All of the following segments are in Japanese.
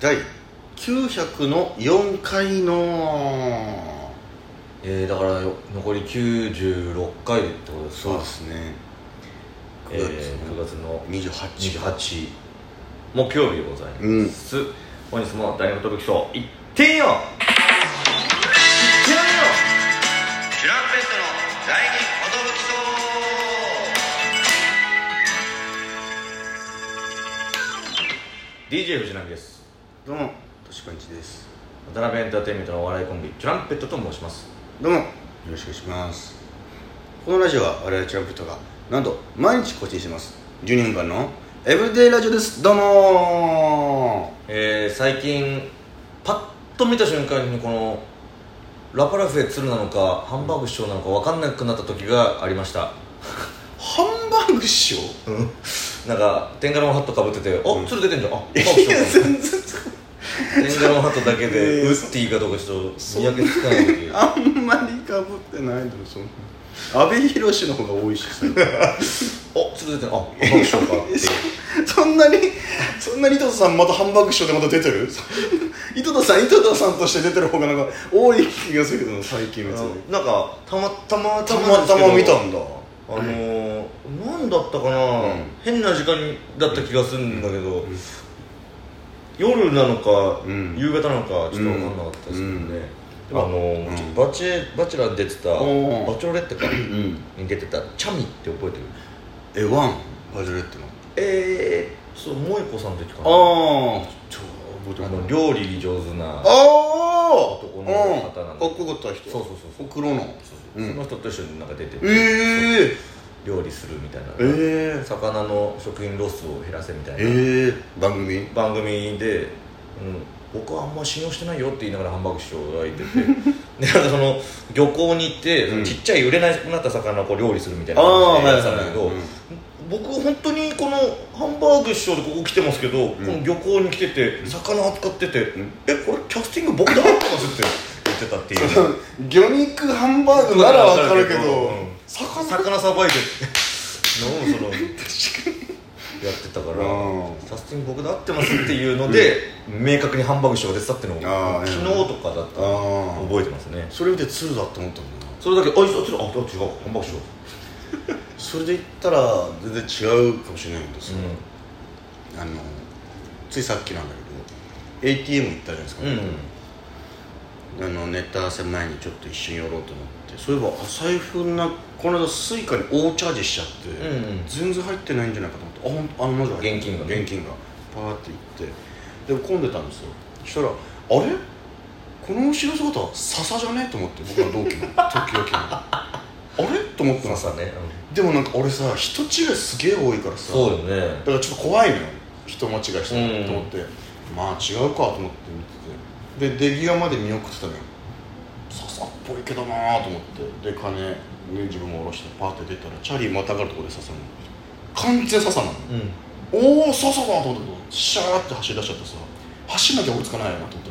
第900の4回のえー、だからよ残り96回でってことですかそうですねえー、9 9月の月の28 28木曜日でございます、本日もダイヤモンドトルキ行ってみよう行ってみよチュランペットの第2う DJ 藤波ですどうもとしパンチです渡辺エンターテインメントのお笑いコンビチュランペットと申しますどうもよろしくお願いしますこのラジオは我々チュランペットがなんと毎日更新してます12分間のエブリデイラジオですどうもえー、最近パッと見た瞬間にこのラパラフェ鶴なのかハンバーグ師匠なのか分かんなくなった時がありましたハンバーグ師匠なんか天ガロンハットかぶっててうん「お鶴出てんじゃん あハンバーグい師や匠全然天ガロンハットだけでいやいやウッディかどうかちょっと見分けつかない時あんまりかぶってないだろそんな阿部寛の方が多いしそれお鶴出てんあハンバーグ師匠かっていうそんなにそんなに井戸田さんまたハンバーグショーでまた出て る井戸田さん井戸田さんとして出てる方がなんか多い気がするけどな最近別になんかたまたまたまたま見たんだあのーなんだったかな、うん変な時間だった気がするんだけど、夜なのか、うん夕方なのかちょっと分かんなかったですけどね、うんうんでまあもあのーうんバチェバチェラーに出てたバチおーョロレッテかうんに出てたチャミって覚えてるえワンバジョレットのええそう萌子さんの時かあなあちょ覚あえてのない料理上手なああ男の方なうんんだかっこよかった人そうそうそうそう黒のそううそんの人と一緒になんか出てて、ええ料理するみたいな、ええ魚の食品ロスを減らせみたいな、ええ番組番組で、うん、僕はあんま信用してないよって言いながらハンバーグ師匠がいてて でなんかその漁港に行って、うんちっちゃい売れなくなった魚をこう料理するみたいなああ感じでやってたんだけど、はいはいはい僕本当にこのハンバーグ師匠でここ来てますけど、この漁港に来てて魚扱ってて「んえこれキャスティング僕だったんです」って言ってたっていう 魚肉ハンバーグならわかるけど、うん魚魚さばいてて なんかそのやってたかうんら「キャスティング僕だってます」っていうので、明確にハンバーグ師匠が出てたっていうのあをー昨日とかだったらあー覚えてますねそれ見て鶴だと思ったもんなそれだけ「あいつあっちだあ違うハンバーグ師匠」それで言ったら全然違うかもしれないんですけど、あのついさっきなんだけど ATM 行ったじゃないですか、うん、うん、あのネタ合わせ前にちょっと一緒に寄ろうと思ってそういえば財布なこの間スイカに大チャージしちゃって、うんうん全然入ってないんじゃないかと思ってあほんあのマジ現金がね現金がパーって行ってで混んでたんですよそしたらあれこの後ろ姿は笹じゃねえと思って僕の 同期の時々のあれと思ってまあますさね、でもなんか俺さ人違いすげえ多いからさそうよねだからちょっと怖いのよ人間違いしたうんなと思って、まあ違うかと思って見ててで出際まで見送ってたのよ笹っぽいけどなと思ってで金ね自分も下ろしてパーって出たらチャリまたがるとこで笹の完全笹なのよ、うんおお笹だと思ってシャーって走り出しちゃってさ走んなきゃ追いつかないよなと思って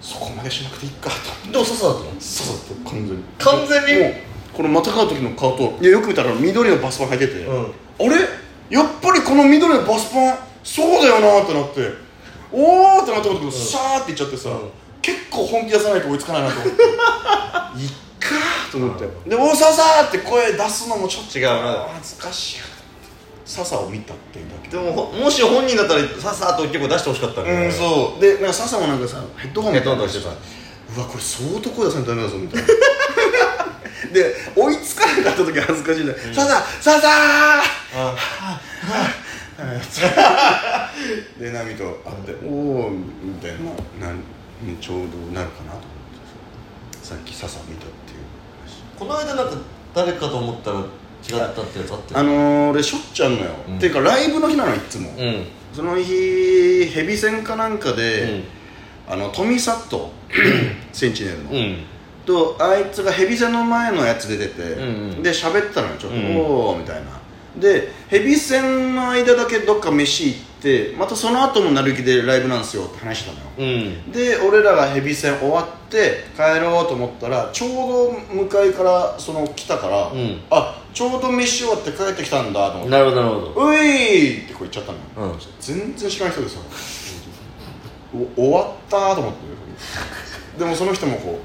そこまでしなくていいかと思ってうんでも笹だったの笹だって完全に完全にもうこのまたがる時の顔といやよく見たら緑のバスパン履いてて、うんあれやっぱりこの緑のバスパンそうだよなってなっておーってなったことけどシャーっていっちゃってさ、うん結構本気出さないと追いつかないなと思って いっかーと思って、で「おささ」って声出すのもちょっと違うな恥ずかしいささを見たっていうだけでもほもし本人だったらさっさと結構出してほしかったうんそうでなんかささもなんかさヘッドホンヘみッたドいなホンのしてうたわこれ相当声出さないとダメだぞみたい なで追いつかなかった時恥ずかしいんだよ、ささささあーでナミと会って「おお」みたいななんちょうどなるかなと思ってささっきささ見たっていう話この間なんか誰かと思ったら違ったってやつあってあのー、俺しょっちゃんのよ、うんっていうかライブの日なのいつも、うんその日ヘビ戦かなんかうんで、あの富 里センチネルの、うんとあいつがヘビ戦の前のやつ出てて、うんうんで喋ってたのよちょっと、うんおーみたいなでヘビ戦の間だけどっか飯行ってまたその後もなるきでライブなんですよって話してたのようんで俺らがヘビ戦終わって帰ろうと思ったらちょうど向かいからその来たから、うんあちょうど飯終わって帰ってきたんだと思ってなるほどなる「ほうい!」ってこう言っちゃったのよ、うん全然知らない人でさお終わったと思ってでもその人もこ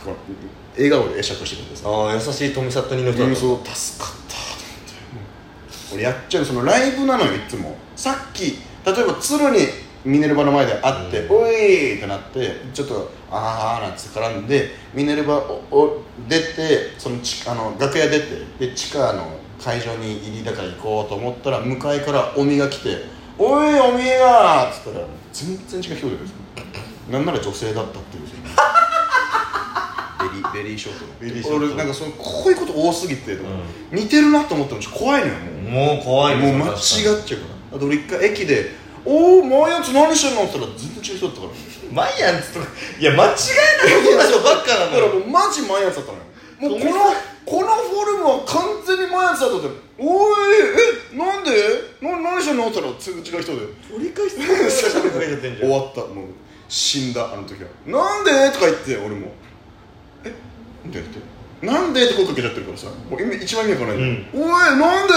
うこう笑顔で会釈してくれてさああ優しい富里似の人だうんったそう助かったと思って俺やっちゃうそのライブなのよいつもさっき例えば鶴にミネルヴァの前で会って「うおい!」ってなってちょっと「あー」なんつって絡んでミネルヴァをを出てそのちあの楽屋出てで地下の会場に入りだから行こうと思ったら向かいからおみが来て「おいおみが!」っつったら全然違う人でですなんなら女性だったっていうそのベリーベリーショベリーーシトョーのト俺なんかそのこういうこと多すぎて、似てるなと思ったのちょっと怖いのよもうもう怖いもう間違っちゃうからあと俺一回駅で「おおもうやつ何してんの?」って言ったら全然違う人だったからマイアンツとかいや間違いない人ばっかなだのからよもうマジ毎朝だったのよもうこ富の澤このフォルムは完全に毎朝だったって「おいえなんでな何してんの?」って言ったら全然違う人で取り返してる喋りかけてんじ ゃ終んわったもう死んだあの時は「なんで?」とか言って俺も「えなんで?」って「なんで?」って声かけちゃってるからさもう今一番意味わかんない、うんおいなんで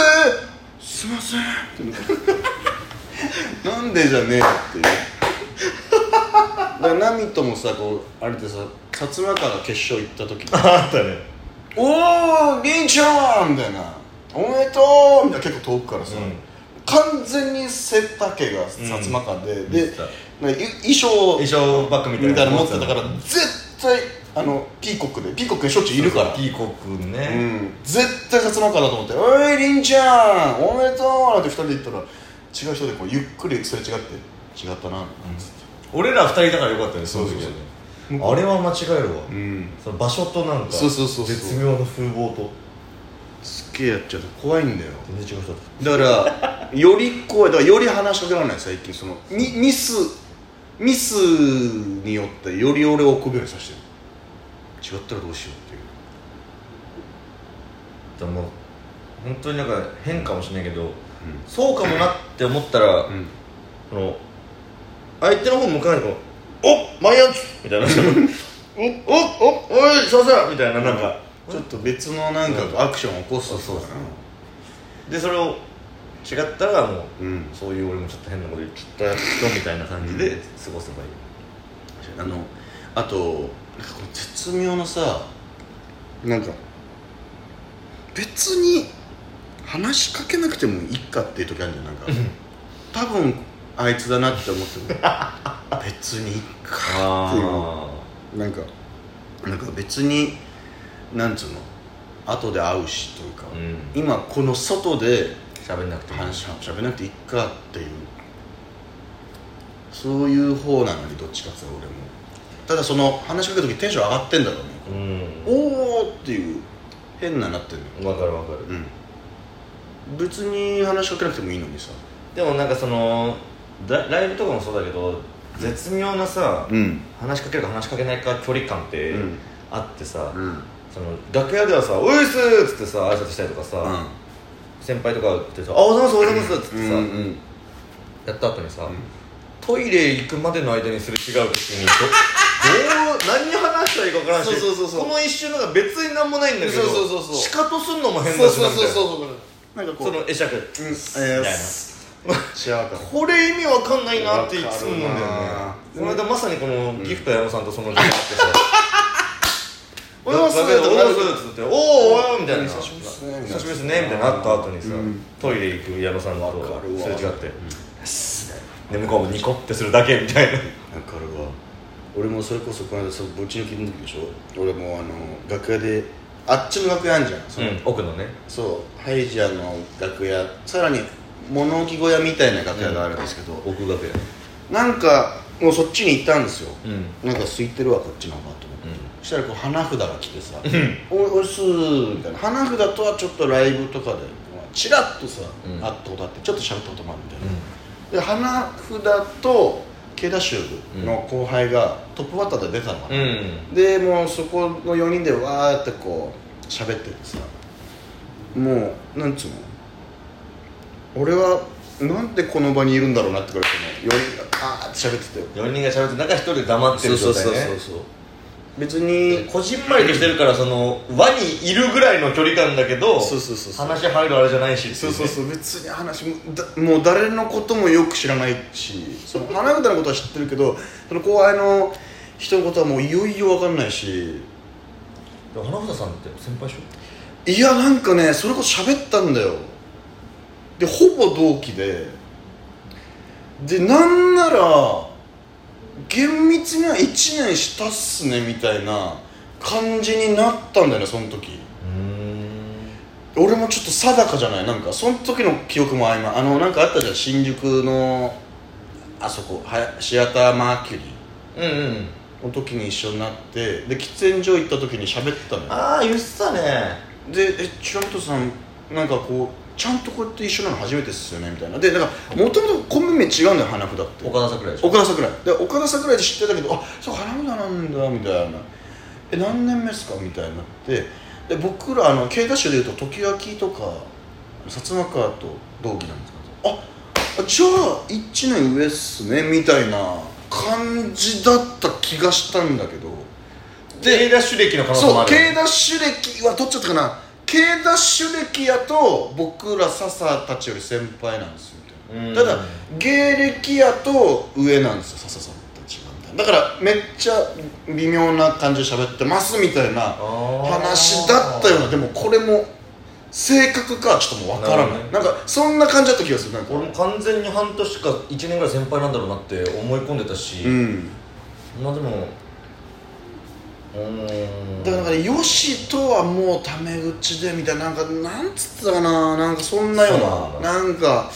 すいません」って なんでじゃねえよっていうだからナミともさこうあれでさ薩摩川が決勝行った時にあったね「おおりんちゃん!」みたいな「おめでとう!」みたいな結構遠くからさ、うん完全に背丈が薩摩川で、ん見でてたなんか衣装衣装バッグみたいなみたいなの持ってたから持って絶対あのピーコックでピーコックしょっちゅういるからピーコックうねん絶対薩摩川だと思って「おいりんちゃんおめでとう!」なんて二人で言ったら違う人でこうゆっくりすれ違って「違ったな」なんつって俺ら二人だからよかったねその時はねそうそうそうあれは間違えるわうんその場所となんかそうそうそうそう絶妙な風貌とすっげえやっちゃう怖いんだよ全然違う人だっだからより怖いだからより話しかけられない最近そのミミスミスによってより俺を臆病にさせてる違ったらどうしようっていうたでも本当になんか変かもしれないけどそうかもなって思ったらうん、この相手の方向かないでこうおマイアンツ!」みたいな「おおおおいそうそう!」みたいななんかちょっと別のなんかアクションを起こすそうそうかなでそれを違ったらもううんそういう俺もちょっと変なこと言っちゃったやつとみたいな感じでうん過ごせばいいあのあとなんかこの絶妙なさなんか別に話しかけなくてもいいかっていう時あるんだよなんか多分あいつだなって思って も別にいいかっていうなんかなんか別になんつうの後で会うしというか、うん今この外で喋んなくても話しゃべらなくていいかっていうそういう方なのにどっちかっつうと俺もただその話しかけた時テンション上がってんだろうねうんおおっていう変ななってるのよわかるわかるうん別に話しかけなくてもいいのにさでもなんかそのラライブとかもそうだけど絶妙なさん話しかけるか話しかけないか距離感ってうんあってさうんその楽屋ではさ「おいっす!」っつってさ挨拶したりとかさ、うん先輩とかってさ「あおはようございます」おはようございますっつっうてんさ、うんやった後にさ、んトイレ行くまでの間にすれ違う時にどどう何話したらいいか分からんしそうそうそうそうこの一瞬なんか別になんもないんだけどそうそうそうそうしかとすんのも変そうだしそなうみそたいうなそうなんかこうその会釈、うんえみたいー、違うからなこれ意味わかんないなっていつも思うんだよわねかるこなの間まさにこのギフト矢野さんとその時間あって さ「おはようございます楽屋でおはようございます」って「おおおはよう」みたいな「久しぶりっすね久しぶりですね」みたいなのあった後にさうんトイレ行く矢野さんわとかるわすれ違って「で向こうもニコってするだけ」みたいなわかるわ俺もそれこそこの間そうぶち抜きの時でしょ俺もうあの楽屋であっちの楽屋あんじゃんその、うん、奥のねそうハイジアの楽屋さらに物置小屋みたいな楽屋があるんですけど、奥楽屋なんかもうそっちに行ったんですよ、うんなんか空いてるわこっちの方がと思って、うんそしたらこう花札が来てさ「おいおいっす」みたいな花札とはちょっとライブとかでまあチラッとさ、うんあったことあってちょっと喋ったこともあるみたいな、で花札と慶田衆の後輩がトップバッターで出たのかな、うんでもうそこの4人でわーってこう喋っててさもうなんつうの俺はなんでこの場にいるんだろうなってくらいその4人があーって喋ってて4人が喋って中一人で黙っそてうるそう状態そうねそうそう別にこじんまりとしてるからその輪にいるぐらいの距離感だけどそうそうそうそう話入るあれじゃないしっていそうそううそう別に話もだもう誰のこともよく知らないしその花形のことは知ってるけどその後輩の人のことはもういよいよ分かんないしね花房さんって先輩でしいやなんかねそれこそ喋ったんだよでほぼ同期ででなんなら厳密には1年したっすねみたいな感じになったんだよねその時ょうん俺もちょっと定かじゃないなんかその時の記憶も曖昧あのなんかあったじゃん新宿のあそこはシアターマーキュリうんうんーの時に一緒になってで喫煙所行った時に喋ったのよああ言ってたねで「え白本さんなんかこうちゃんとこうやって一緒なの初めてっすよね」みたいなでだからもともとコンビ名違うんだよ花札って岡田桜井でしょ岡田桜井で岡田桜井で知ってたけど「あそう花札なんだ」みたいな「え何年目っすか?」みたいになってで僕らあの経過種でいうと時明とか薩摩川と同期なんですけどああじゃあ1年上っすねみたいな感じだった気がしたんだけどで映画主歴の可能性もそあうる K ダッシュ歴は取っちゃったかな K ダッシュ歴やと僕ら笹たちより先輩なんですよみたいなうんただ芸歴やと上なんですよ笹さんたちがみたいなだからめっちゃ微妙な感じで喋ってますみたいなあー話だったようなでもこれも性格かちょっともう分からななるいほどねなんかそんな感じだった気がするなんか俺も完全に半年か1年ぐらい先輩なんだろうなって思い込んでたし、うんまあでもうーんだからなんかねよしとはもうタメ口でみたいななんかなんつってたかななんかそんなよそううななんか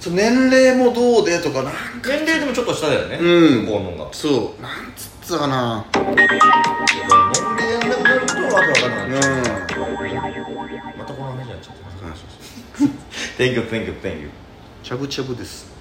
そう年齢もどうでとかなんか年齢でもちょっと下だよねうん向こうのがそうなんつってたかな年齢がなるとわけわかんなういん またこの話になっちゃった Thank you, thank you, thank you しゃぶしゃぶです